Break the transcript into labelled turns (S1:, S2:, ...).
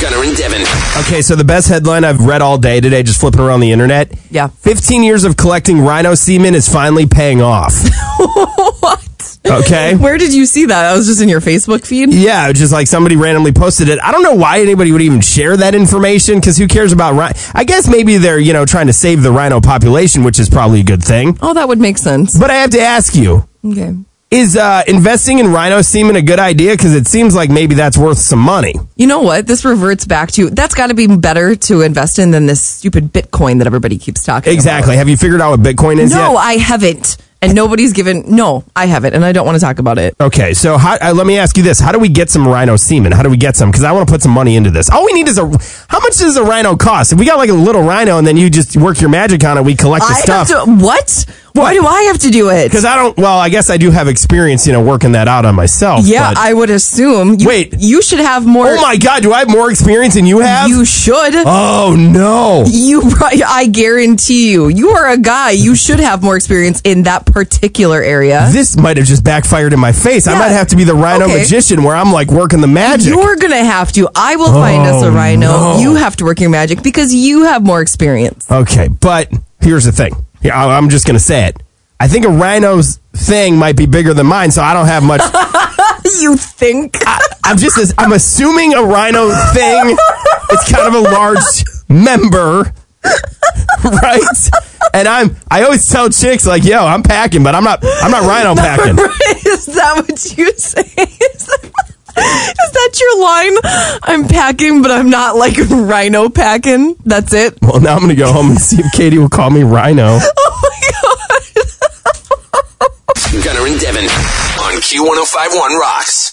S1: Gunner and Devin.
S2: Okay, so the best headline I've read all day today, just flipping around the internet.
S3: Yeah.
S2: 15 years of collecting rhino semen is finally paying off.
S3: what?
S2: Okay.
S3: Where did you see that? I was just in your Facebook feed.
S2: Yeah, it was just like somebody randomly posted it. I don't know why anybody would even share that information because who cares about rhino? I guess maybe they're, you know, trying to save the rhino population, which is probably a good thing.
S3: Oh, that would make sense.
S2: But I have to ask you
S3: Okay.
S2: is uh, investing in rhino semen a good idea? Because it seems like maybe that's worth some money.
S3: You know what? This reverts back to that's got to be better to invest in than this stupid Bitcoin that everybody keeps talking
S2: Exactly. Have you figured out what Bitcoin is
S3: about. No,
S2: yet?
S3: I haven't. And nobody's given. No, I haven't. And I don't want to talk about it.
S2: Okay, so how, uh, let me ask you this: How do we get some rhino semen? How do we get some? Because I want to put some money into this. All we need is a. How much does a rhino cost? If we got like a little rhino, and then you just work your magic on it, we collect the
S3: I
S2: stuff.
S3: have to. What? Why do I have to do it?
S2: Because I don't. Well, I guess I do have experience, you know, working that out on myself.
S3: Yeah,
S2: but-
S3: I would assume. You,
S2: Wait.
S3: You should have more.
S2: oh my god, do I have more experience than you have?
S3: You should.
S2: oh no.
S3: You, probably- I guarantee you, you are a guy. You should have more experience in that particular area.
S2: This might have just backfired in my face. I
S3: Yeah.
S2: might have to be the rhino
S3: Okay.
S2: magician where I'm like working the magic. Oh,
S3: You're gonna have to. I will find us a rhino. You have to work your magic because you have more experience.
S2: Okay, but here's the thing. Yeah, I- I'm just gonna say it. I think a rhino's thing might be bigger than mine, so I don't have much.
S3: You think?
S2: I, I'm just. as- I'm assuming a rhino thing. It's kind of a large member, right? And I'm. I always tell chicks like, "Yo, I'm packing, but I'm not. I'm not rhino packing."
S3: Is that what you say? Is that, is that your line? I'm packing, but I'm not like rhino packing. That's it.
S2: Well, now I'm gonna go home and see if Katie will call me rhino.
S3: Oh my god.
S1: Gunner and Devin on Q1051 Rocks.